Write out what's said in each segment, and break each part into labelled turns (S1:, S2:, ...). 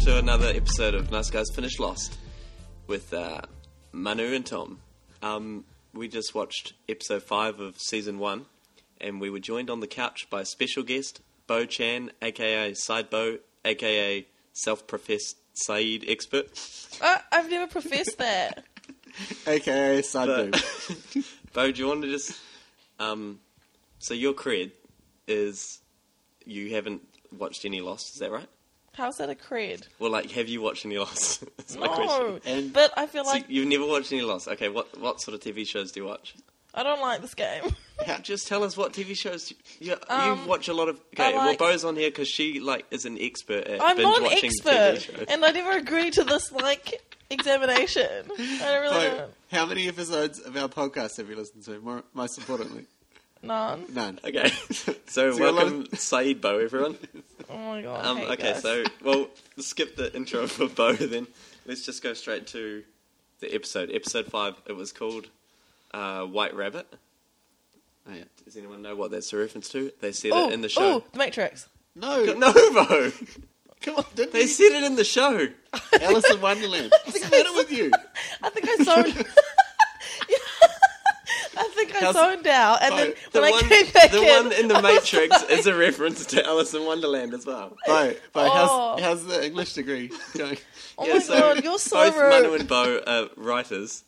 S1: to another episode of Nice Guys Finish Lost with uh, Manu and Tom. Um, we just watched episode 5 of season 1, and we were joined on the couch by special guest Bo Chan, aka Side Bo, aka self professed Saeed expert.
S2: Uh, I've never professed that.
S3: AKA side
S1: But-
S3: boob.
S1: Bo, do you want to just. Um, so, your cred is you haven't watched any Lost, is that right?
S2: How's that a cred?
S1: Well, like, have you watched any Lost? That's my question.
S2: No,
S3: And-
S2: but I feel
S1: So
S2: like
S1: you've never watched any Lost. Okay, what what sort of TV shows do you watch?
S2: I don't like this game.
S1: Just tell us what TV shows you, you
S2: Um,
S1: watch a lot of.
S2: I
S1: Okay,
S2: like-
S1: well, Bo's on here because she like is an expert at
S2: I'm
S1: binge
S2: not an
S1: watching TV
S2: expert,
S1: shows.
S2: and I never agree to this like examination. I don't really
S3: So,
S2: know.
S3: how many episodes of our podcast have you listened to? More, most importantly,
S2: None.
S3: none.
S1: okay, so
S3: So you're
S1: welcome Saeed Bo, everyone.
S2: Oh my god. I
S1: Um,
S2: hate
S1: okay,
S2: this.
S1: so well, skip the intro for Bo. Then let's just go straight to the episode. Episode five. It was called uh, White Rabbit.
S3: Oh, yeah.
S1: Does anyone know what that's a reference to? They said
S2: Ooh,
S1: it in the show.
S2: ooh, the Matrix.
S3: No,
S1: No, Bo.
S3: come on, didn't
S1: They
S3: you?
S1: said it in the show.
S3: Alice in Wonderland. What's the matter with you?
S2: I think I zoned. I think I
S1: How's-
S2: zoned out, and
S3: Oh,
S2: then
S1: The,
S2: when I
S1: one,
S2: came back
S1: the
S2: in,
S1: one in the
S2: I was
S1: Matrix
S2: like-
S1: is a reference to Alice in Wonderland as well.
S3: Bo, Bo,
S2: Oh.
S3: how's, how's the English degree going?
S2: Oh
S1: Yeah,
S2: my
S1: so
S2: god, you're so
S1: Both Manu
S2: rude.
S1: and Bo are writers,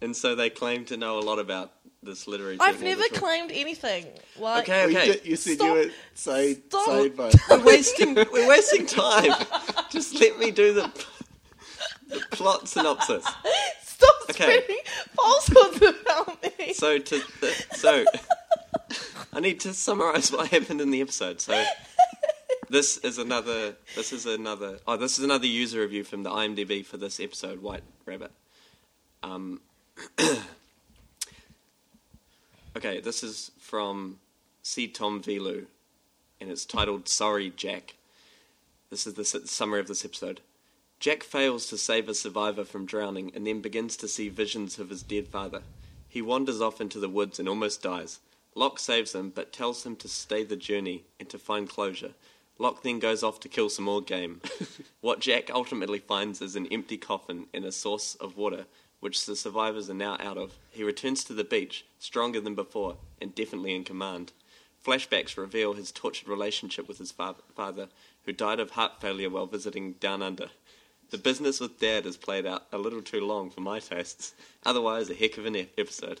S1: and so they claim to know a lot about this literary.
S2: I've
S1: technique,
S2: never
S1: which we'll-
S2: claimed anything. Like,
S1: Okay,
S3: You,
S1: okay.
S3: did- you said
S2: Stop.
S3: you were side,
S2: Stop.
S3: side Bo.
S1: We're wasting we're wasting time. Just let me do the, the plot synopsis.
S2: Stop
S1: Okay.
S2: spreading falsehoods about me.
S1: So to the, so I need to summarize what happened in the episode. So this is another this is another oh this is another user review from the IMDb for this episode White Rabbit. Um Okay, this is from C Tom Velu and it's titled Sorry Jack. This is the s- summary of this episode. Jack fails to save a survivor from drowning and then begins to see visions of his dead father. He wanders off into the woods and almost dies. Locke saves him but tells him to stay the journey and to find closure. Locke then goes off to kill some more game. what Jack ultimately finds is an empty coffin and a source of water, which the survivors are now out of. He returns to the beach, stronger than before and definitely in command. Flashbacks reveal his tortured relationship with his fa- father, who died of heart failure while visiting Down Under. The business with Dad is played out a little too long for my tastes. Otherwise, a heck of an e- episode.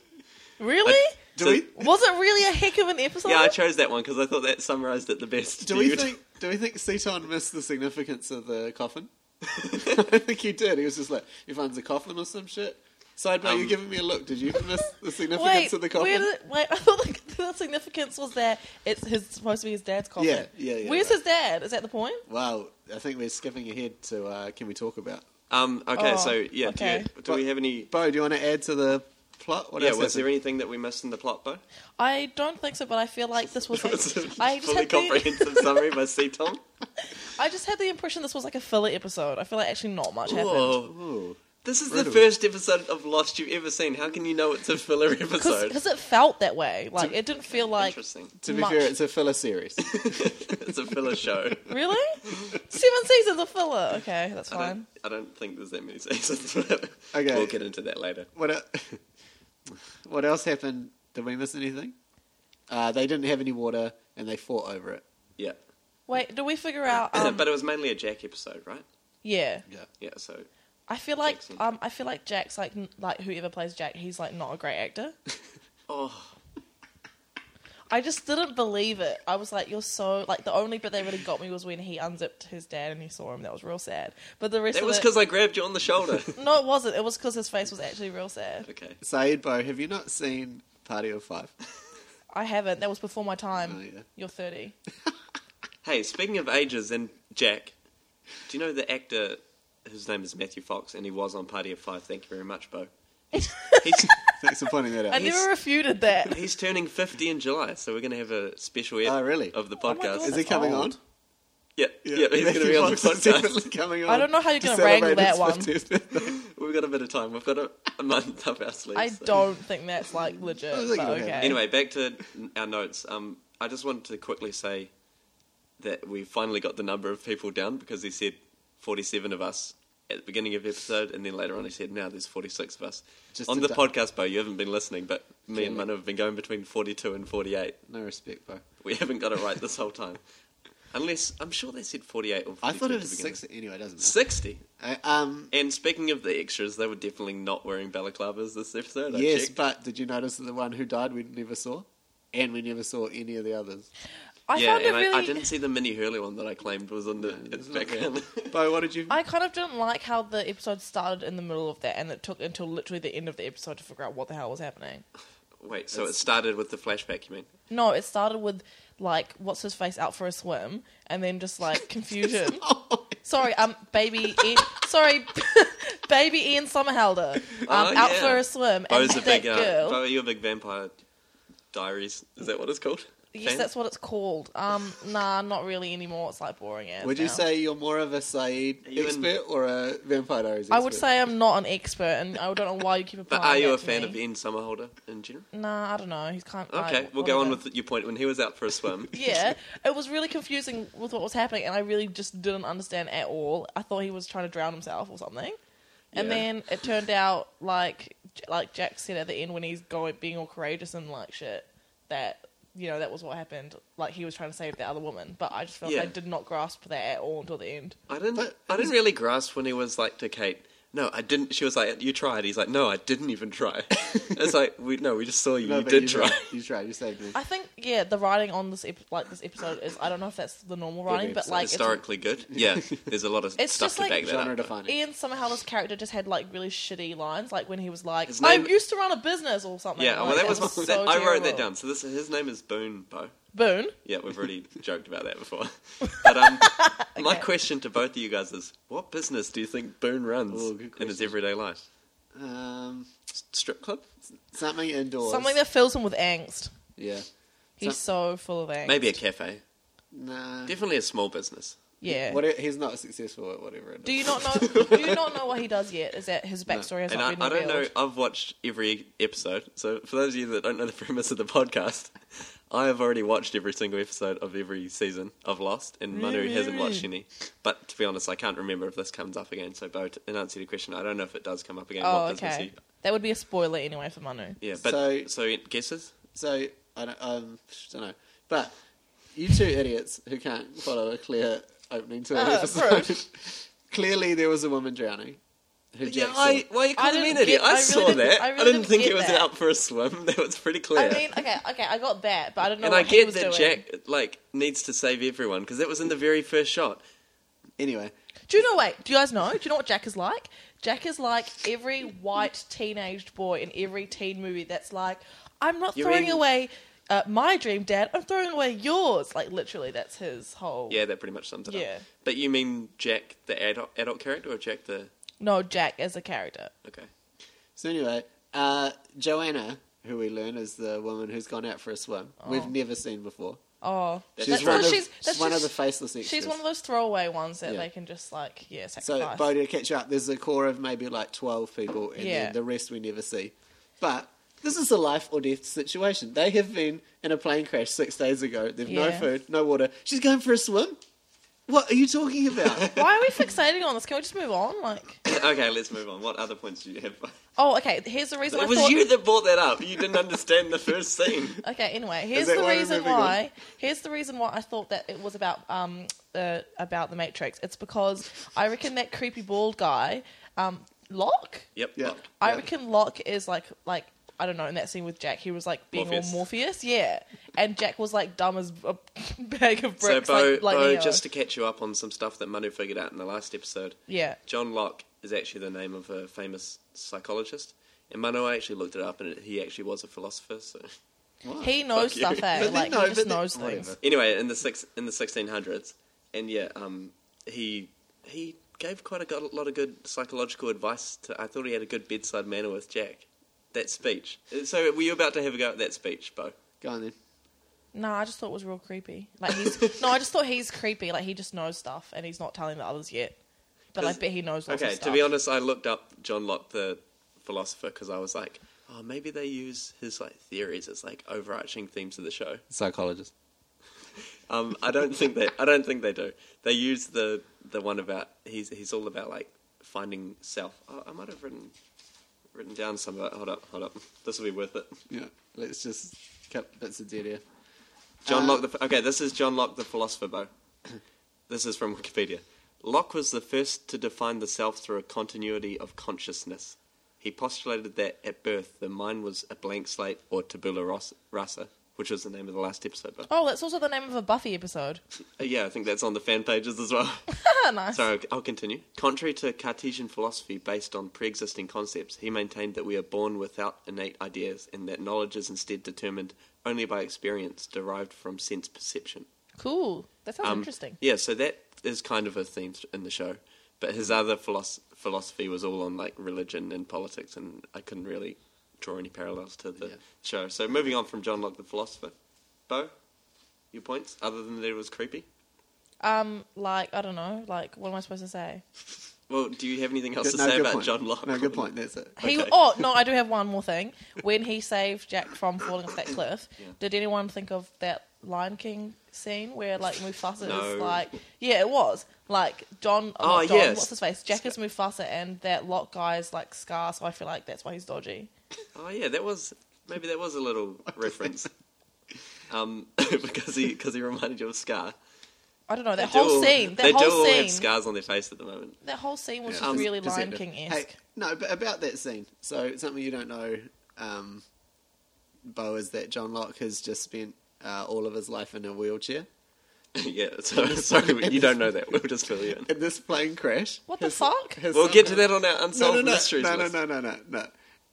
S2: really?
S3: Do
S1: So-
S3: we
S2: Was it really a heck of an episode?
S1: Yeah, I chose that one because I thought that summarised it the best.
S3: do we
S1: you-
S3: think do we think Seton missed the significance of the coffin? I think he did. He was just like, he finds a coffin or some shit. Side Bo,
S1: Um,
S3: you're giving me a look. Did you miss the significance
S2: Wait,
S3: of the coffin?
S2: where did, wait, I thought the, the significance was that it's his, supposed to be his dad's coffin.
S3: Yeah, yeah, yeah,
S2: Where's
S3: right.
S2: his dad? Is that the point?
S3: Wow, I think we're skipping ahead to uh, can we talk about
S1: Um, okay,
S2: Oh,
S1: so yeah,
S2: okay.
S1: do, you, do we have any?
S3: Bo? Do you want to add to the plot? What
S1: Yeah,
S3: else
S1: was there
S3: happened?
S1: anything that we missed in the plot, Bo?
S2: I don't think so, but I feel like this was. Like,
S1: It's a
S2: I just
S1: fully
S2: had the,
S1: comprehensive summary by C. Tom.
S2: I just had the impression this was like a filler episode. I feel like actually not much happened.
S1: Whoa.
S3: Ooh.
S1: This is
S3: Brutal.
S1: the first episode of Lost you've ever seen. How can you know it's a filler episode?
S2: Because it felt that way. Like it didn't feel like
S1: Interesting.
S3: To be
S2: much.
S3: fair, it's a filler series.
S1: it's a filler show.
S2: Really? Seven seasons of filler. Okay, that's
S1: I don't,
S2: fine.
S1: I don't think there's that many seasons. okay.
S3: Okay.
S1: We'll get into that later.
S3: what el- What else happened? Did we miss anything? Uh, they didn't have any water, and they fought over it.
S1: Yeah.
S2: Wait, do we figure out? Um,
S1: but it was mainly a Jack episode, right?
S2: yeah,
S3: Yeah.
S1: Yeah, so.
S2: I feel like
S1: Jackson.
S2: um, I feel like Jack's like n- like whoever plays Jack, he's like not a great actor.
S1: Oh,
S2: I just didn't believe it. I was like, you're so like the only bit that really got me was when he unzipped his dad and he saw him. That was real sad. But the rest
S1: that
S2: of
S1: was
S2: it,
S1: because I grabbed you on the shoulder.
S2: no, it wasn't. It was because his face was actually real sad.
S1: okay.
S3: Saeed Bo, have you not seen Party of Five?
S2: I haven't. That was before my time.
S3: Oh, yeah.
S2: You're thirty.
S1: Hey, speaking of ages and Jack, do you know the actor whose name is Matthew Fox and he was on Party of Five? Thank you very much, Bo. He's,
S3: Thanks for pointing that out.
S2: I never refuted that.
S1: he's turning 50 in July, so we're going to have a special ep
S3: Oh, really?
S1: of the
S2: Oh my
S1: podcast.
S2: God,
S3: Is he
S2: that's
S3: coming
S2: old.
S3: on?
S1: Yeah, yeah, he's going to be on the
S3: Fox is
S1: podcast.
S3: definitely coming on.
S2: I don't know how you're
S3: to
S2: gonna wrangle
S3: celebrate
S2: that
S3: his
S2: one.
S3: 50th birthday.
S1: We've got a bit of time. We've got a, a month up our sleeves.
S2: I
S1: so.
S2: don't think that's like legit.
S3: I think
S2: but
S3: you'll have
S2: okay.
S3: it.
S1: Anyway, back to our notes. Um, I just wanted to quickly say that we finally got the number of people down because he said 47 of us at the beginning of the episode, and then later on he said, now there's 46 of us.
S3: Just
S1: on
S3: to
S1: the
S3: du-
S1: podcast, Bo, you haven't been listening, but me and
S3: Clearly.
S1: Manu have been going between 42 and 48.
S3: No respect, bro.
S1: We haven't got it right this whole time. Unless, I'm sure they said 48 or 42
S3: I thought it
S1: at the
S3: was
S1: beginning.
S3: six. Anyway, it doesn't matter.
S1: 60.
S3: I, um,
S1: And speaking of the extras, they were definitely not wearing balaclavas this episode. I
S3: yes,
S1: checked.
S3: but did you notice that the one who died we never saw, and we never saw any of the others?
S2: I
S1: yeah,
S2: found it
S1: and
S2: really.
S1: I, I didn't see the mini Hurley one that I claimed was on the it's
S3: It's not
S1: back on.
S3: there. Bo, what did you?
S2: I kind of didn't like how the episode started in the middle of that, and it took until literally the end of the episode to figure out what the hell was happening.
S1: Wait, so it
S3: It's-
S1: started with the flashback, you mean?
S2: No, it started with like what's his face out for a swim, and then just like confusion. sorry, um, baby, Ian, sorry, baby Ian Somerhalder, um,
S1: Oh,
S2: out
S1: yeah.
S2: for a swim, and
S1: Bo's a
S2: that
S1: big, uh,
S2: girl.
S1: Bo, are you a big vampire diaries? Is that what it's called?
S2: yes,
S1: Fan?
S2: that's what it's called. Um, nah, not really anymore. It's like boring. As
S3: Would you
S2: now.
S3: say you're more of a Saeed
S1: Are you in-
S3: expert or a Vampire Diaries?
S2: I would
S3: expert?
S2: say I'm not an expert, and I don't know why you keep
S1: But
S2: applying.
S1: are you
S2: that
S1: a
S2: to
S1: fan
S2: me.
S1: of Ian Somerhalder in general?
S2: Nah, I don't know. He's kind of
S1: Okay, we'll go on with your point. When he was out for a swim,
S2: yeah, it was really confusing with what was happening, and I really just didn't understand at all. I thought he was trying to drown himself or something, and
S1: Yeah.
S2: then it turned out like like Jack said at the end when he's going being all courageous and like shit that you know that was what happened. Like he was trying to save the other woman, but I just felt
S1: Yeah.
S2: I did not grasp that at all until the end.
S1: I didn't.
S3: But-
S1: I didn't really grasp when he was like to Kate. No, I didn't. She was like, "You tried." He's like, "No, I didn't even try." it's like, "We no, we just saw you.
S3: No,
S1: you
S3: but
S1: did try."
S3: You tried. You saved me.
S2: I think yeah, the writing on this ep- like this episode is I don't know if that's the normal writing, but
S3: episode.
S2: like it's
S1: Historically good. Yeah, there's a lot of
S2: It's
S1: stuff
S2: just
S1: to
S2: like
S1: back that
S3: Genre
S1: up. but-
S3: defining.
S2: Ian Somerhalder's character just had like really shitty lines, like when he was like,
S1: His
S2: "I
S1: name-
S2: used to run a business" or something.
S1: Yeah, well,
S2: like,
S1: that
S2: it
S1: was, my,
S2: so
S1: that- I wrote that
S2: terrible.
S1: down. So this his name is Boone Bo.
S2: Boone,
S1: Yeah, we've already joked about that before. But um, my
S2: Okay.
S1: question to both of you guys is, what business do you think Boone runs
S3: Oh, good
S1: in his
S3: question.
S1: everyday life?
S3: Um,
S1: S- Strip club?
S3: something indoors.
S2: something that fills him with angst.
S3: Yeah.
S2: He's so full of angst.
S1: Maybe a cafe.
S3: Nah.
S1: Definitely a small business.
S2: yeah.
S3: What, he's not successful at whatever. It is.
S2: do you not know? do you not know what he does yet? Is that his backstory has
S1: and
S2: not
S1: I,
S2: been
S1: I don't
S2: revealed?
S1: know. I've watched every episode. So for those of you that don't know the premise of the podcast, I have already watched every single episode of every season of Lost, and Manu
S2: Really?
S1: hasn't watched any. But to be honest, I can't remember if this comes up again. So, Bo, to- in answer to your question, I don't know if it does come up again.
S2: Oh,
S1: what business
S2: okay.
S1: he-
S2: That would be a spoiler anyway for Manu.
S1: Yeah, but so,
S3: So-
S1: guesses?
S3: So I don't, um, don't know, but you two idiots who can't follow a clear opening to an
S2: Ah,
S3: episode. Clearly, there was a woman drowning. Who Jack saw.
S1: well, you
S2: I
S1: could've
S2: didn't
S1: been an
S2: get-
S1: idiot.
S2: I
S1: I,
S2: really
S1: saw
S2: didn't-
S1: that.
S2: I
S1: I,
S2: really
S1: didn't
S2: didn't
S1: think
S2: get
S1: it was
S2: that.
S1: out for a swim. That was pretty clear.
S2: I mean, okay, okay, I got that, but I don't know.
S1: and
S2: what
S1: I
S2: he
S1: get
S2: was
S1: that
S2: doing.
S1: Jack like needs to save everyone because that was in the very first shot.
S3: Anyway,
S2: Do you know? Wait, do you guys know? Do you know what Jack is like? Jack is like every white teenage boy in every teen movie. That's like, I'm not
S1: You
S2: throwing
S1: mean-
S2: away uh, my dream, Dad. I'm throwing away yours. Like literally, that's his whole.
S1: Yeah, that pretty much sums it
S2: Yeah.
S1: up. But you mean Jack the adult, adult character or Jack the
S2: No, Jack as a character.
S1: okay?
S3: so anyway, uh, Joanna, who we learn is the woman who's gone out for a swim.
S2: Oh.
S3: We've never seen before.
S2: Oh,
S1: She's
S2: that's
S1: one
S2: oh,
S1: of-
S2: she's, that's
S3: she's one of
S2: just-
S3: the faceless extras.
S2: She's one of those throwaway ones that
S3: Yeah.
S2: they can just like yeah
S3: So,
S2: sacrifice.
S3: Bodhi, to catch up, there's a core of maybe like 12 people, and
S2: Yeah.
S3: then the rest we never see. But this is a life or death situation. They have been in a plane crash six days ago. They've no
S2: Yeah.
S3: food, no water. She's going for a swim? What are you talking about?
S2: Why are we fixating on this? Can we just move on? Like,
S1: okay, let's move on. What other points do you have?
S2: oh, okay. Here's the reason. I
S1: it was
S2: thought,
S1: you that brought that up. You didn't understand the first scene.
S2: Okay, anyway, here's
S3: that
S2: the
S3: why we're
S2: reason
S3: moving on?
S2: why. Here's the reason why I thought that it was about um uh, about the Matrix. It's because I reckon that creepy bald guy, um, Locke.
S1: Yep.
S3: yeah.
S1: look.
S2: I
S3: Yeah.
S2: reckon Locke is like like I don't know in that scene with Jack, he was like being
S1: Morpheus.
S2: all Morpheus, yeah, and Jack was like dumb as a bag of
S1: So,
S2: bricks,
S1: Bo,
S2: like, like
S1: Bo
S2: Neo.
S1: just to catch you up on some stuff that Manu figured out in the last episode,
S2: yeah.
S1: John Locke is actually the name of a famous psychologist. And Manu, I actually looked it up, and it, he actually was a philosopher. So.
S3: What?
S2: He knows
S1: you.
S2: stuff, eh?
S3: But then
S2: Like
S3: no,
S2: he
S3: but
S2: just
S3: then-
S2: knows
S3: whatever.
S2: things.
S1: Anyway, in the six in the 1600s, and yeah, um, he he gave quite a go- lot of good psychological advice. To, I thought he had a good bedside manner with Jack. That speech. So were you about to have a go at that speech, Bo?
S3: Go on then.
S2: No, I just thought it was real creepy. Like he's no, I just thought he's creepy. Like he just knows stuff and he's not telling the others yet. But I
S1: 'Cause-
S2: bet he knows lots
S1: Okay,
S2: of stuff.
S1: to be honest, I looked up John Locke, the philosopher, because I was like, oh, maybe they use his like theories as like overarching themes of the show.
S3: Psychologist.
S1: Um, I don't think they. I don't think they do. They use the the one about he's he's all about like finding self. Oh, I might have written written down some of that. Hold up, hold up. This will be worth it.
S3: Yeah, let's just cut bits of dead air.
S1: John
S3: Uh,
S1: Locke. The, okay, this is John Locke, the philosopher. Bo. This is from Wikipedia. Locke was the first to define the self through a continuity of consciousness. He postulated that at birth the mind was a blank slate or tabula ros- rasa, which was the name of the last episode. But
S2: Oh, that's also the name of a Buffy episode.
S1: uh, yeah, I think that's on the fan pages as well.
S2: nice.
S1: Sorry, I'll- I'll continue. Contrary to Cartesian philosophy based on pre existing concepts, he maintained that we are born without innate ideas and that knowledge is instead determined only by experience derived from sense perception.
S2: Cool. That sounds
S1: Um,
S2: interesting.
S1: Yeah, so that is kind of a theme th- in the show. But his other philosoph- philosophy was all on like religion and politics, and I couldn't really draw any parallels to the
S3: Yeah.
S1: show. So moving on from John Locke the philosopher, Bo, your points other than that it was creepy.
S2: Um, like I don't know. Like, what am I supposed to say?
S1: Well, do you have anything else
S3: Good-
S1: to
S3: no,
S1: say
S3: good
S1: about
S3: point.
S1: John Locke?
S3: No, good point. That's it.
S2: He.
S1: Okay.
S2: Oh no, I do have one more thing. When he saved Jack from falling off that cliff,
S1: Yeah.
S2: did anyone think of that Lion King scene where like Mufasa
S1: No.
S2: is like, yeah, it was like John.
S1: Oh,
S2: Oh, John,
S1: yes.
S2: What's his face? Jack is Mufasa, and that Lock guy is like Scar. So I feel like that's why he's dodgy.
S1: Oh yeah, that was maybe that was a little reference. Um, because he because he reminded you of Scar.
S2: I don't know Oh, that
S1: They do
S2: whole
S1: all-
S2: scene. That
S1: they do
S2: whole
S1: all have
S2: scene.
S1: scars on their face at the moment.
S2: That whole scene was
S3: Yeah.
S2: just
S1: Um,
S2: really
S3: Just
S2: Lion
S3: end it.
S2: King
S3: Hey,
S2: esque.
S3: no, but about that scene. So something you don't know, um, Bo, is that John Locke has just spent uh, all of his life in a wheelchair.
S1: yeah, so, sorry, you don't know that. We'll just fill you in.
S3: In this plane crash.
S2: What the
S3: his-
S2: fuck?
S3: his
S1: We'll
S3: son-
S1: get to that on our
S3: No,
S1: unsolved
S3: no, no,
S1: mysteries
S3: no, no,
S1: list.
S3: no, no, no, no.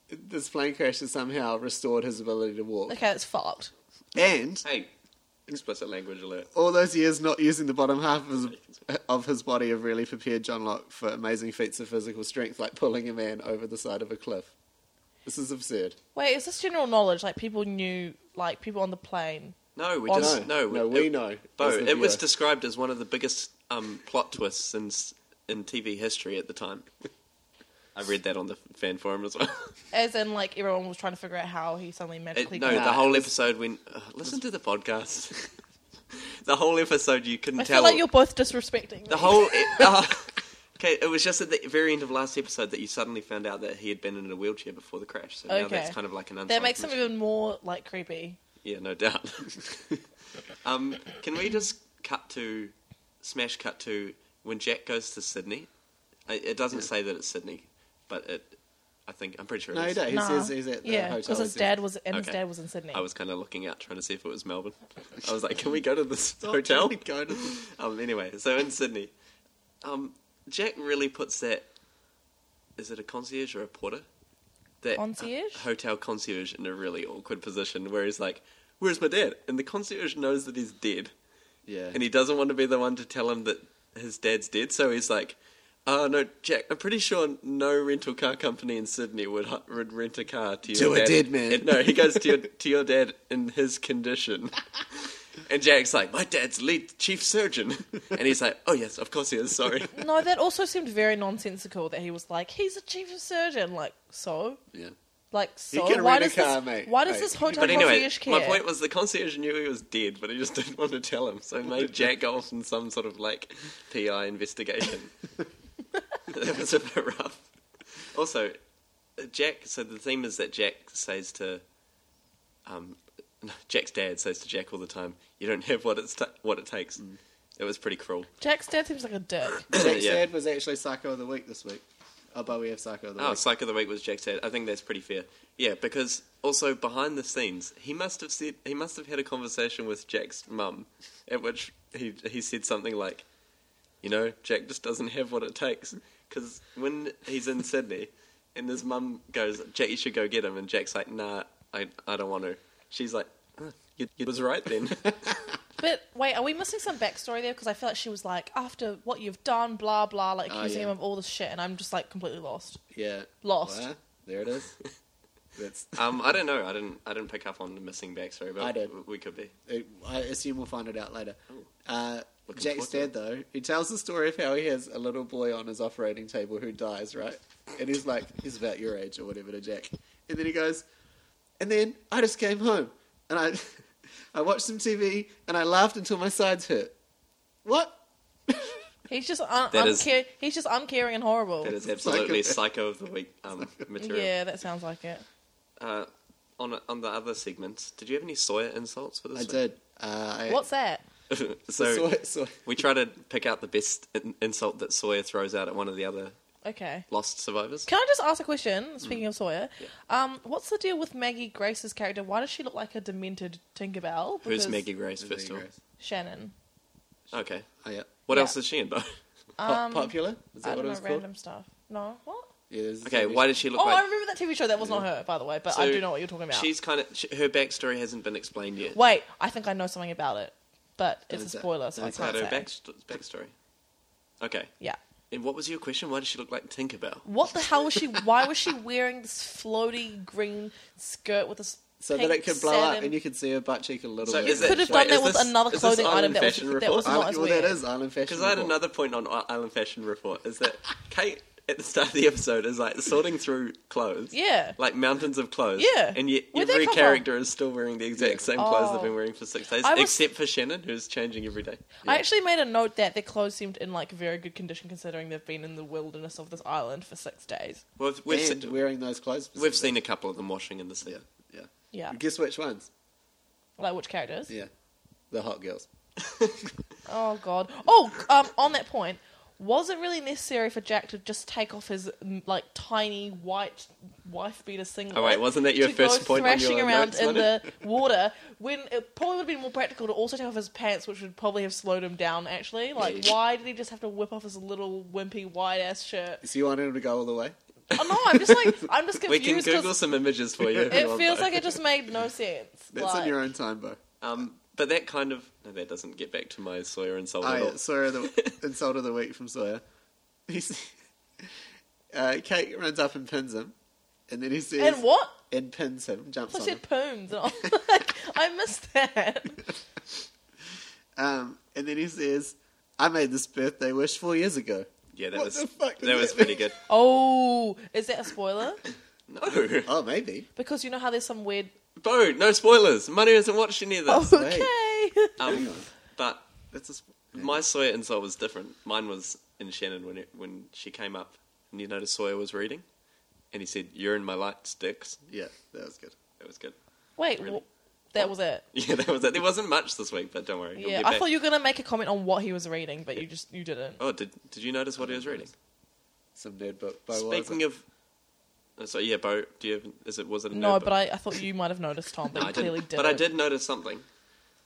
S3: This plane crash has somehow restored his ability to walk,
S2: Okay, that's fucked.
S3: and
S1: Hey, explicit language alert.
S3: all those years not using the bottom half of his, of his body have really prepared John Locke for amazing feats of physical strength, like pulling a man over the side of a cliff. This is absurd.
S2: Wait, is this general knowledge? Like people knew, like people on the plane.
S1: No, we
S2: Oh,
S1: just no,
S3: no, we
S1: it-
S3: know.
S1: Bo,
S3: as the
S1: it was
S3: viewer.
S1: described as one of the biggest um, plot twists in s- in TV history at the time. I read that on the fan forum as well.
S2: As in, like everyone was trying to figure out how he suddenly
S1: It-
S2: magically.
S1: no,
S2: got
S1: the
S2: out.
S1: whole episode when uh, listen to the podcast. the whole episode you couldn't
S2: I
S1: tell.
S2: feel like you're both disrespecting.
S1: the
S2: me.
S1: whole. e- uh, okay, it was just at the very end of last episode that you suddenly found out that he had been in a wheelchair before the crash. So now
S2: Okay.
S1: that's kind of like an unsolved
S2: That makes him
S1: mystery.
S2: even more like creepy.
S1: Yeah, no doubt. um, can we just cut to smash cut to when Jack goes to Sydney? I- It doesn't say that it's Sydney, but it. I think I'm pretty sure.
S3: No,
S1: it
S3: he
S1: is.
S3: don't. He
S2: Nah.
S3: says he's at the
S2: yeah,
S3: hotel.
S2: because his
S3: He's-
S2: dad was and his
S1: Okay.
S2: dad was in Sydney.
S1: I was kind of looking out, trying to see if it was Melbourne. I was like, "Can we go to this hotel?"
S3: Go to the-
S1: Um, anyway, so in Sydney, um, Jack really puts that. Is it a concierge or a porter? That
S2: Concierge?
S1: uh, hotel concierge in a really awkward position where he's like, "Where's my dad?" And the concierge knows that he's dead,
S3: Yeah.
S1: and he doesn't want to be the one to tell him that his dad's dead. So he's like, "Oh no, Jack! I'm pretty sure no rental car company in Sydney would hu- would rent a car to your
S3: To a
S1: dad.
S3: dead man.
S1: And no, he goes to your to your dad in his condition." And Jack's like, "My dad's lead chief surgeon," and he's like, "Oh yes, of course he is. Sorry."
S2: no, that also seemed very nonsensical. That he was like, he's a chief of surgeon. Like so,
S3: yeah.
S2: like so.
S3: can
S2: why
S3: rent a
S2: does
S3: car,
S2: this?
S3: mate,
S2: Why does
S3: mate.
S2: this hotel
S1: But anyway,
S2: concierge care?
S1: my point was the concierge knew he was dead, but he just didn't want to tell him, so it made Jack go off in some sort of like PI investigation. that was a bit rough. Also, uh, Jack. So the theme is that Jack says to, um, no, Jack's dad says to Jack all the time, "You don't have what it's ta- what it takes." It was pretty cruel.
S2: Jack's dad seems like a dick.
S3: Jack's
S1: Yeah.
S3: dad was actually psycho of the week this week. Oh, but we have psycho of the
S1: Oh,
S3: week.
S1: Psych of the Week was Jack said. I think that's pretty fair. Yeah, because also behind the scenes, he must have said he must have had a conversation with Jack's mum, at which he he said something like, "You know, Jack just doesn't have what it takes." Because when he's in Sydney, and his mum goes, "Jack, you should go get him," and Jack's like, "Nah, I I don't want to." She's like, "Huh, "You, you was right then."
S2: But wait, are we missing some backstory there? Because I feel like she was like, after what you've done, blah blah, like
S3: Oh,
S2: accusing
S3: yeah.
S2: him of all this shit, and I'm just like completely lost.
S3: Yeah.
S2: Lost.
S3: Well, there it is. That's.
S1: um, I don't know. I didn't I didn't pick up on the missing backstory, but
S3: I did.
S1: w- we could be.
S3: it- I assume we'll find it out later. Uh,
S1: Oh. Looking
S3: Jack's
S1: forward
S3: dad, though, he tells the story of how he has a little boy on his operating table who dies, right? And he's like, he's about your age or whatever to Jack. And then he goes, and then I just came home and I. I watched some TV and I laughed until my sides hurt. What?
S2: He's just un-
S1: That is-
S2: unca- he's just uncaring and horrible.
S1: That is absolutely psycho of the week um, material.
S2: yeah, that sounds like it.
S1: Uh, on on the other segments, did you have any Sawyer insults for this?
S3: I did. Uh, I,
S2: What's that?
S1: did. so
S3: so, so, so,
S1: we try to pick out the best in- insult that Sawyer throws out at one of the other
S2: Okay.
S1: lost survivors.
S2: Can I just ask a question? Speaking of Sawyer, um, what's the deal with Maggie Grace's character? Why does she look like a demented Tinkerbell?
S1: Who's
S2: Because-
S1: Maggie Grace first of all?
S2: Shannon.
S1: Okay.
S3: Oh, yeah.
S1: What
S2: Yeah.
S1: else is she in though?
S3: Po- popular? Is
S2: Um, I
S3: that what
S2: don't
S3: it
S2: know,
S3: was called?
S2: random stuff. No, what?
S3: Yeah, there's a
S1: Okay,
S3: TV
S1: why does she look
S2: Oh, I
S1: like?
S2: remember that TV show. That was not her, by the way, but I
S1: So
S2: do know what you're talking about.
S1: She's kind of her backstory hasn't been explained yet.
S2: Wait, I think I know something about it, but it's
S3: Is
S2: a
S3: that-
S2: spoiler, so I
S1: That's
S2: can't
S1: her
S2: say.
S1: backst- backstory. Okay.
S2: Yeah.
S1: And what was your question? Why does she look like Tinkerbell?
S2: What the hell was she? Why was she wearing this floaty green skirt with this?
S3: So
S2: pink
S3: that it could blow up
S2: satin-
S3: and you could see her butt cheek a little
S1: So
S3: bit.
S1: is
S2: could have
S1: Wait,
S2: done that
S1: is
S2: with
S1: this-
S2: another
S1: is this
S2: clothing
S1: Island
S2: item that was,
S1: Fashion
S2: that
S1: Report?
S2: was
S3: Island,
S2: not as
S3: well,
S2: weird.
S3: that is Island Fashion.
S1: Because I had
S3: Report.
S1: another point on I- Island Fashion Report is that Kate at the start of the episode is like sorting through clothes.
S2: Yeah.
S1: Like mountains of clothes.
S2: Yeah.
S1: And yet
S2: Where'd that
S1: every
S2: come
S1: character is still wearing the exact
S3: Yeah.
S1: same clothes
S2: Oh.
S1: they've been wearing for six days,
S2: I was-
S1: except for Shannon, who's changing every day.
S2: I actually made a note that their clothes seemed in like very good condition considering they've been in the wilderness of this island for six days.
S1: Well, we've, we've,
S3: and
S1: se-
S3: wearing those clothes. for
S1: we've
S3: some
S1: seen a couple of them washing in the sea.
S3: reason. Yeah,
S2: Yeah.
S3: yeah. Guess which ones?
S2: Like which characters?
S3: Yeah, the hot girls.
S2: Oh god. Oh, um, on that point, was it really necessary for Jack to just take off his mm, like tiny white wife beater singlet?
S1: Oh, wait, wasn't that your
S2: to
S1: first
S2: go
S1: point on
S2: Thrashing
S1: your
S2: around
S1: notes,
S2: in
S1: wasn't
S2: the water when it probably would have been more practical to also take off his pants, which would probably have slowed him down. Actually, like,
S1: Yeah.
S2: why did he just have to whip off his little wimpy wide ass shirt?
S3: So you wanted them to go all the way?
S2: Oh no, I'm just like I'm just
S1: We
S2: confused.
S1: can
S2: 'cause
S1: Google some images for you. if you
S2: it
S1: want,
S2: feels
S1: though.
S2: like it just made no sense.
S3: That's
S2: like,
S3: in your own time, Bo.
S1: Um, but that kind of no, that doesn't get back to my Sawyer insult
S3: Oh,
S1: at all.
S3: yeah, Sawyer, of the insult of the week from Sawyer. He's, uh, Kate runs up and pins him, and then he says,
S2: and what?
S3: And pins him, jumps
S2: Plus,
S3: on
S2: he had
S3: him.
S2: poons, and I was like, I missed that.
S3: Um, and then he says, "I made this birthday wish four years ago."
S1: Yeah, that
S3: What
S1: was
S3: the fuck
S1: that
S3: did
S1: was
S3: that
S1: pretty
S3: mean?
S1: good.
S2: Oh, is that a spoiler?
S1: No,
S3: Oh, maybe.
S2: Because you know how there's some weird.
S1: Bo, no spoilers. Money hasn't watched any of this.
S2: Okay.
S1: Um,
S3: Hang on.
S1: but
S3: That's a sp-
S1: my Sawyer insult was different. Mine was in Shannon when it, when she came up and you noticed Sawyer was reading, and he said, "You're in my light, sticks."
S3: yeah, that was good.
S1: That was good.
S2: Wait,
S1: Really?
S2: wh- that was it.
S1: Yeah, that was it. There wasn't much this week, but don't worry. he'll
S2: Yeah,
S1: get
S2: I
S1: back.
S2: thought you were gonna make a comment on what he was reading, but you just you didn't.
S1: Oh, did did you notice what he was reading?
S3: Some nerd book. By
S1: Speaking of, oh, so yeah, Bo, do you have? Is it was it? A
S2: No,
S1: nerd
S2: but
S1: book?
S2: I, I thought you might have noticed Tom, but
S1: no,
S2: you
S1: I
S2: clearly
S1: didn't.
S2: didn't.
S1: But I did notice something.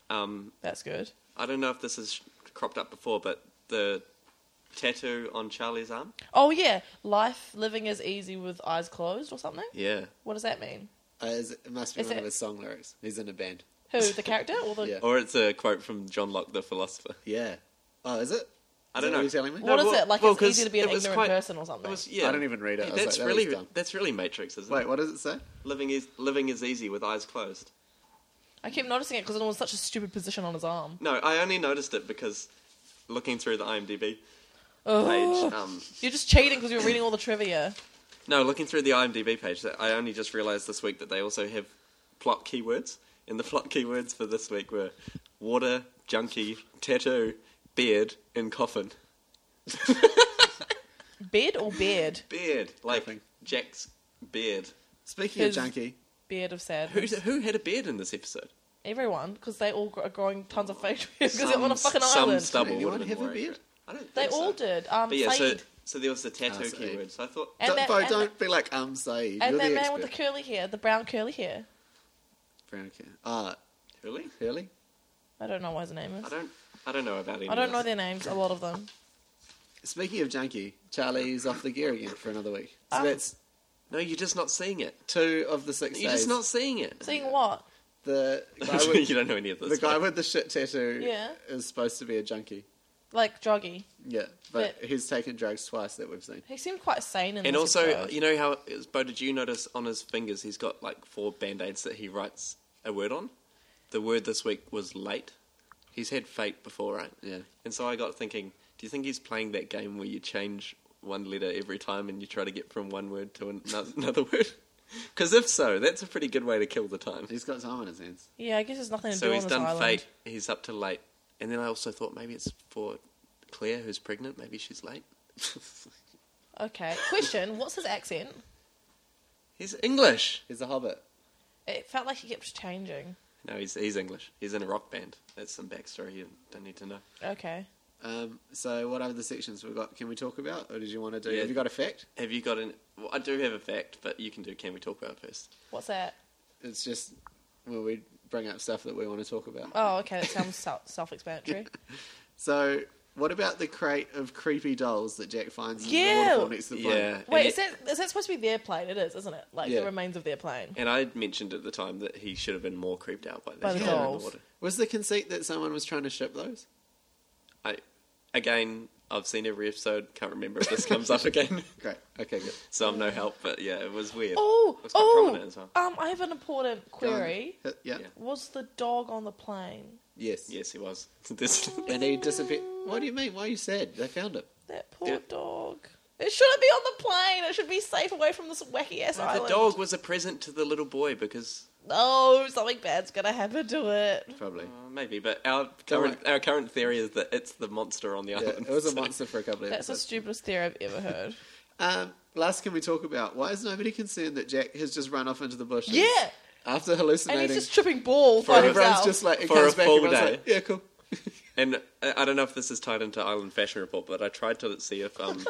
S1: Um,
S2: That's good.
S1: I don't know if this has cropped up before, but the tattoo on Charlie's arm.
S2: Oh yeah, life living is easy with eyes closed or something.
S1: Yeah.
S2: What does that mean?
S3: uh, is, it must be
S2: Is
S3: one
S2: it-
S3: of his song lyrics. He's in a band.
S2: Who the character or the?
S3: Yeah.
S1: Or it's a quote from John Locke, the philosopher.
S3: Yeah. Oh, is it?
S1: I
S3: Is
S1: don't
S3: that
S1: know.
S3: What you're telling me?
S2: What is
S1: No, well-
S2: it like?
S1: well,
S2: it's easy
S1: 'cause
S2: to be an
S1: it was
S2: ignorant
S1: quite-
S2: person or something.
S1: It was- yeah.
S3: I don't even read it. I was
S1: that's
S3: like, that
S1: really
S3: was dumb.
S1: that's really Matrix, isn't
S3: Wait,
S1: it?
S3: what does it say?
S1: Living is living is easy with eyes closed.
S2: I kept noticing it because it was such a stupid position on his arm.
S1: No, I only noticed it because looking through the IMDb
S2: Ugh.
S1: page. Um,
S2: You're just cheating because you're reading all the trivia.
S1: no, looking through the IMDb page, that- I only just realised this week that they also have plot keywords, and the plot keywords for this week were water, junkie, tattoo, beard, and coffin.
S2: Bed or beard?
S1: beard, like
S3: Nothing.
S1: Jack's beard.
S3: Speaking
S2: His-
S3: of junkie,
S2: Beard of sadness.
S1: Who's, who had a beard in this episode?
S2: Everyone, because they all gr- are growing tons of facial hair because they're
S1: Some-
S2: on a fucking
S1: some
S2: island.
S1: stubble
S3: Anyone
S1: would have been
S3: have a
S1: more
S3: beard?
S1: accurate. I don't.
S2: they
S1: think so.
S2: all did. Um,
S1: But yeah, so,
S2: Saeed.
S1: so there was the tattoo
S3: Ah, Saeed.
S1: keyword. So I thought
S2: And
S3: don't,
S2: that-
S3: Bo,
S2: and
S3: don't be like um Saeed.
S2: and that
S3: You're the
S2: man
S3: expert.
S2: with the curly hair, the brown curly hair.
S3: Brown hair. Ah,
S1: really,
S3: Hurley.
S2: I don't know what his name
S1: I
S2: is.
S1: don't. I don't know about any.
S2: I don't
S1: of
S2: know
S1: this.
S2: their names, a lot of them.
S3: Speaking of junkie, Charlie's off the gear again for another week. So
S2: Ah.
S3: that's
S1: No, you're just not seeing it.
S3: two of the 6
S1: You're
S3: days.
S1: just not seeing it.
S2: Seeing what?
S3: The guy with,
S1: you don't know any of this.
S3: the guy
S1: but-
S3: with the shit tattoo
S2: Yeah.
S3: is supposed to be a junkie.
S2: Like Joggy.
S3: Yeah, but
S2: But-
S3: he's taken drugs twice that we've seen.
S2: He seemed quite sane in
S1: and
S2: this
S1: also,
S2: episode.
S1: you know how Bo? Did you notice on his fingers he's got like four band aids that he writes a word on? The word this week was late. He's had fate before, right?
S3: Yeah.
S1: And so I got thinking, do you think he's playing that game where you change one letter every time and you try to get from one word to an- another word? Because if so, that's a pretty good way to kill the time.
S3: He's got time on his hands.
S2: Yeah, I guess there's nothing to
S1: So
S2: do
S1: he's
S2: on this
S1: done
S2: island.
S1: fate. He's up to late. And then I also thought maybe it's for Claire, who's pregnant. Maybe she's late.
S2: Okay. Question: What's his accent?
S1: He's English.
S3: He's a hobbit.
S2: It felt like he kept changing.
S1: No, he's he's English. He's in a rock band. That's some backstory you don't need to know.
S2: Okay.
S3: Um, so what other sections we've got? Can we talk about, or did you want to do?
S1: Yeah.
S3: Have you got a fact?
S1: Have you got an? Well, I do have a fact, but you can do. Can we talk about it first?
S2: What's that?
S3: It's just where we bring up stuff that we want to talk about.
S2: Oh, okay. That sounds self- self-explanatory.
S3: So what about the crate of creepy dolls that Jack finds in
S2: Yeah.
S3: the waterfall next to the plane?
S1: Yeah.
S2: Wait,
S1: And
S2: is
S1: it-
S2: that is that supposed to be their plane? It is, isn't it? Like
S3: Yeah.
S2: the remains of their plane.
S1: And I had mentioned at the time that he should have been more creeped out by that.
S2: By the
S1: shit in
S2: dolls.
S1: water.
S3: Was the conceit that someone was trying to ship those?
S1: I, again, I've seen every episode. Can't remember if this comes up again,
S3: Great. Okay, good.
S1: so I'm no help. But yeah, it was weird.
S2: Oh,
S1: It was quite
S2: oh.
S1: prominent as well.
S2: Um, I have an important
S3: Go on.
S2: query.
S3: Uh, Yeah.
S1: Yeah.
S2: Was the dog on the plane?
S3: Yes.
S1: Yes, he was. This-
S3: And he disappeared. What do you mean? Why are you sad? They found him.
S2: That poor
S1: Yeah.
S2: dog. It shouldn't be on the plane. It should be safe away from this wacky ass
S1: the
S2: island.
S1: dog was a present to the little boy because
S2: No, something bad's gonna happen to it.
S3: Probably.
S1: uh, maybe. But our current
S3: worry.
S1: our current theory is that it's the monster on the
S3: Yeah,
S1: island.
S3: it was a
S1: so-
S3: monster for a couple of
S2: That's the
S3: episodes.
S2: stupidest theory I've ever heard.
S3: Um, last, can we talk about why is nobody concerned that Jack has just run off into the bushes?
S2: yeah,
S3: After
S2: and
S3: hallucinating,
S2: he's just tripping ball by
S1: a-
S3: everyone's
S2: himself.
S3: just like it
S1: For
S3: comes
S1: a
S3: back
S1: full
S3: and everyone's
S1: day.
S3: like, yeah, cool.
S1: And uh, I I don't know if this is tied into Island Fashion Report, but I tried to see if um,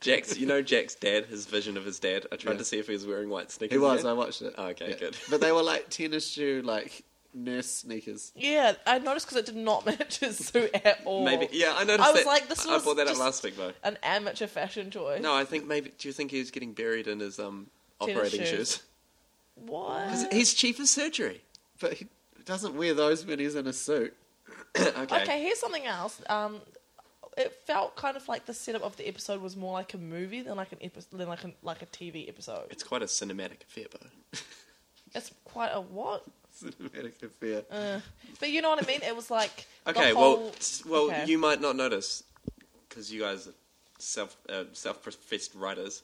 S1: Jack's, you know, Jack's dad, his vision of his dad. I tried
S3: Yeah.
S1: to see if he was wearing white sneakers.
S3: He was.
S1: again.
S3: I watched it.
S1: Oh, okay,
S3: Yeah.
S1: good.
S3: But they were like tennis shoe, like nurse sneakers.
S2: Yeah, I noticed because it did not match his suit at all.
S1: Maybe. Yeah, I noticed.
S2: I was
S1: that.
S2: like, this
S1: I-
S2: was
S1: I brought that
S2: just-
S1: up last week though.
S2: an amateur fashion choice.
S1: No, I think maybe. Do you think he was getting buried in his um
S2: Tennis
S1: operating
S2: shoes.
S1: shoes?
S2: what?
S1: He's chief of surgery.
S3: But he doesn't wear those when he's in a suit.
S1: okay.
S2: Okay, here's something else. Um, it felt kind of like the setup of the episode was more like a movie than like an episode than like a, like a TV episode.
S1: It's quite a cinematic affair, though.
S2: It's quite a what?
S3: Cinematic affair.
S2: Uh, but you know what I mean. It was like the
S1: Okay, well,
S2: whole-
S1: s- well,
S2: okay.
S1: you might not notice because you guys are self uh, self-professed writers.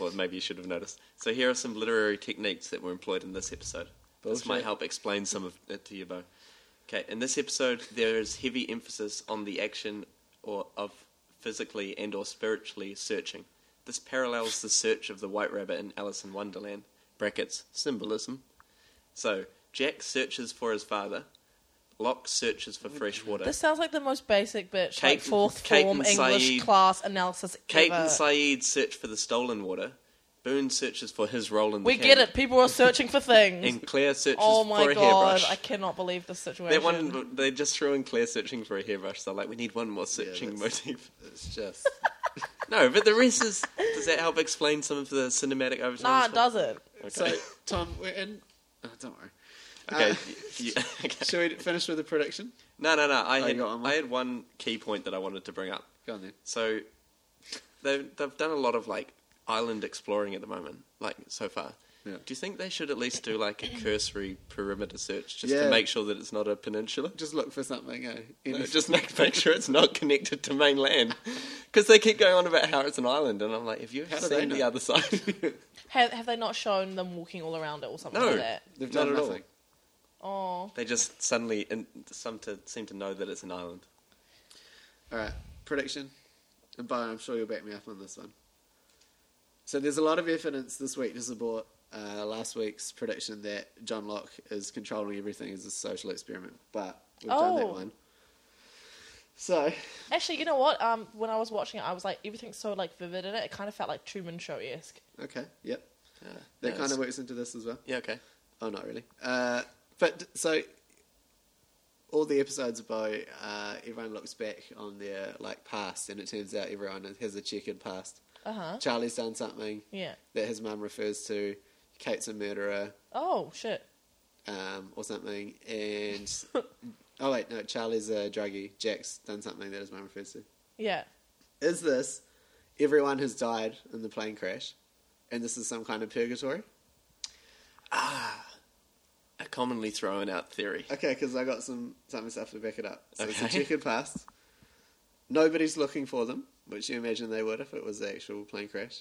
S1: Well, maybe you should have noticed. So here are some literary techniques that were employed in this episode. This
S3: Bullshit.
S1: might help explain some of it to you, Bo. Okay, in this episode, there is heavy emphasis on the action or of physically and or spiritually searching. This parallels the search of the White Rabbit in Alice in Wonderland (brackets symbolism). So Jack searches for his father. Locke searches for fresh water.
S2: This sounds like the most basic bitch,
S1: Kate-
S2: like fourth
S1: Kate
S2: form
S1: and
S2: English
S1: Saeed-
S2: class analysis
S1: Kate
S2: ever.
S1: and Saeed search for the stolen water. Boone searches for his role in the
S2: we
S1: camp,
S2: get it. People are searching for things.
S1: And Claire searches
S2: Oh
S1: for
S2: my
S1: a
S2: god,
S1: hairbrush.
S2: I cannot believe this situation.
S1: That one, they just threw in Claire searching for a hairbrush. They're like, we need one more searching
S3: that's-
S1: motive.
S3: It's just.
S1: No, but the rest is. Does that help explain some of the cinematic overtones?
S2: nah, it doesn't.
S1: Okay.
S3: so, Tom, we're in. Oh, don't worry.
S1: okay.
S3: Uh,
S1: you- okay.
S3: Shall we finish with the prediction?
S1: No, no, no. I
S3: Oh, you
S1: had,
S3: got one more?
S1: I had one key point that I wanted to bring up.
S3: Go on then.
S1: So they've they've done a lot of like island exploring at the moment, like so far.
S3: Yeah.
S1: Do you think they should at least do like a cursory perimeter search just
S3: Yeah.
S1: to make sure that it's not a peninsula?
S3: Just look for something. Eh?
S1: No,
S3: Any-
S1: just make, make sure it's not connected to mainland, because they keep going on about how it's an island, and I'm like, have you
S3: How do they
S1: seen the
S3: know?
S1: other side?
S2: Have, have they not shown them walking all around it or something
S1: No.
S2: like that?
S3: They've
S1: Not
S3: done
S1: at all.
S3: nothing.
S2: Oh,
S1: they just suddenly in, some to seem to know that it's an island.
S3: All right, prediction. And Byron, I'm sure you'll back me up on this one. So there's a lot of evidence this week to support uh, last week's prediction that John Locke is controlling everything as a social experiment, but we've done that
S2: Oh.
S3: one. So
S2: actually, you know what? Um, when I was watching it, I was like, everything's so like vivid in it. It kind of felt like Truman Show esque.
S3: okay, yep,
S1: Yeah,
S3: that
S1: yeah,
S3: kind
S1: it's-
S3: of works into this as well.
S1: Yeah. Okay.
S3: Oh, not really. Uh, but d- so all the episodes about uh, everyone looks back on their like past, and it turns out everyone has a checkered past.
S2: Uh huh.
S3: Charlie's done something.
S2: Yeah.
S3: that his mum refers to. Kate's a murderer
S2: Oh shit.
S3: um, or something. And. oh, wait, no, Charlie's a druggie. Jack's done something that his mum refers to.
S2: Yeah.
S3: Is this everyone has died in the plane crash and this is some kind of purgatory?
S1: A commonly thrown out theory.
S3: Okay, because I got some, some stuff to back it up. So it's a
S1: Okay.
S3: checkered past. Nobody's looking for them, which you imagine they would if it was the actual plane crash.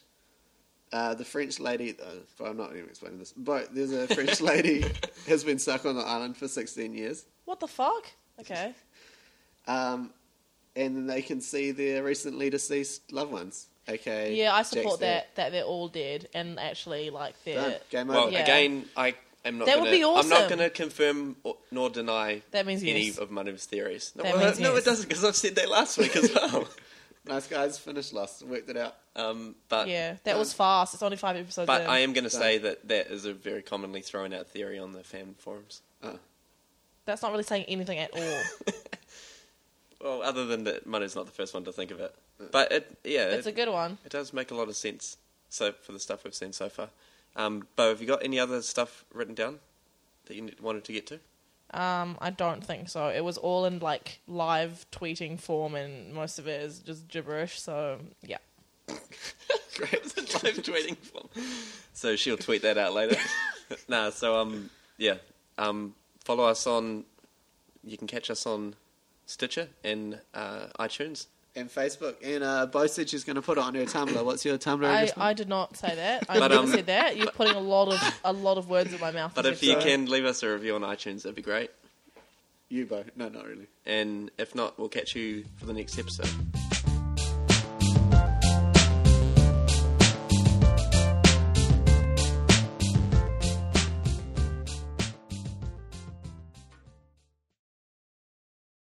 S3: Uh, the French lady, uh, well, I'm not even explaining this, but there's a French lady has been stuck on the island for 16 years,
S2: What the fuck? Okay.
S3: um, and they can see their recently deceased loved ones. Okay.
S2: Yeah, I support that. That they're all dead and actually like they're.
S3: Game over.
S1: Well,
S2: Yeah.
S1: again, I am not.
S2: That
S1: gonna,
S2: would be
S1: I'm
S2: awesome.
S1: not going to confirm or, nor deny
S2: That means
S1: any
S2: yes.
S1: of Manu's theories. No,
S2: That
S1: well,
S2: means
S1: no
S2: yes.
S1: it doesn't, because I've said that last week as well.
S3: Nice guys, finished last, worked it out.
S1: um, but
S2: yeah, that was fast. It's only five episodes.
S1: but
S2: in.
S1: I am going to say that that is a very commonly thrown out theory on the fan forums.
S3: Oh.
S2: That's not really saying anything at all.
S1: Well, other than that, Manu's not the first one to think of it. But it, yeah,
S2: it's
S1: it,
S2: a good one.
S1: it does make a lot of sense. So for the stuff we've seen so far, um, Bo, have you got any other stuff written down that you wanted to get to?
S2: Um, I don't think so. It was all in like live tweeting form, and most of it is just gibberish. So yeah,
S1: Great, the live tweeting form. So she'll tweet that out later. nah, so um, yeah, um, follow us on. You can catch us on Stitcher and uh, iTunes.
S3: And Facebook. And uh, Bo said she's going to put it on her Tumblr. What's your Tumblr
S2: I,
S3: address?
S2: I did not say that. I
S1: But,
S2: never
S1: um,
S2: said that. You're putting a lot of a lot of words in my mouth.
S1: But
S2: this
S1: if you
S2: episode.
S1: can leave us a review on iTunes, that'd be great.
S3: you, Bo. No, not really.
S1: And if not, we'll catch you for the next episode.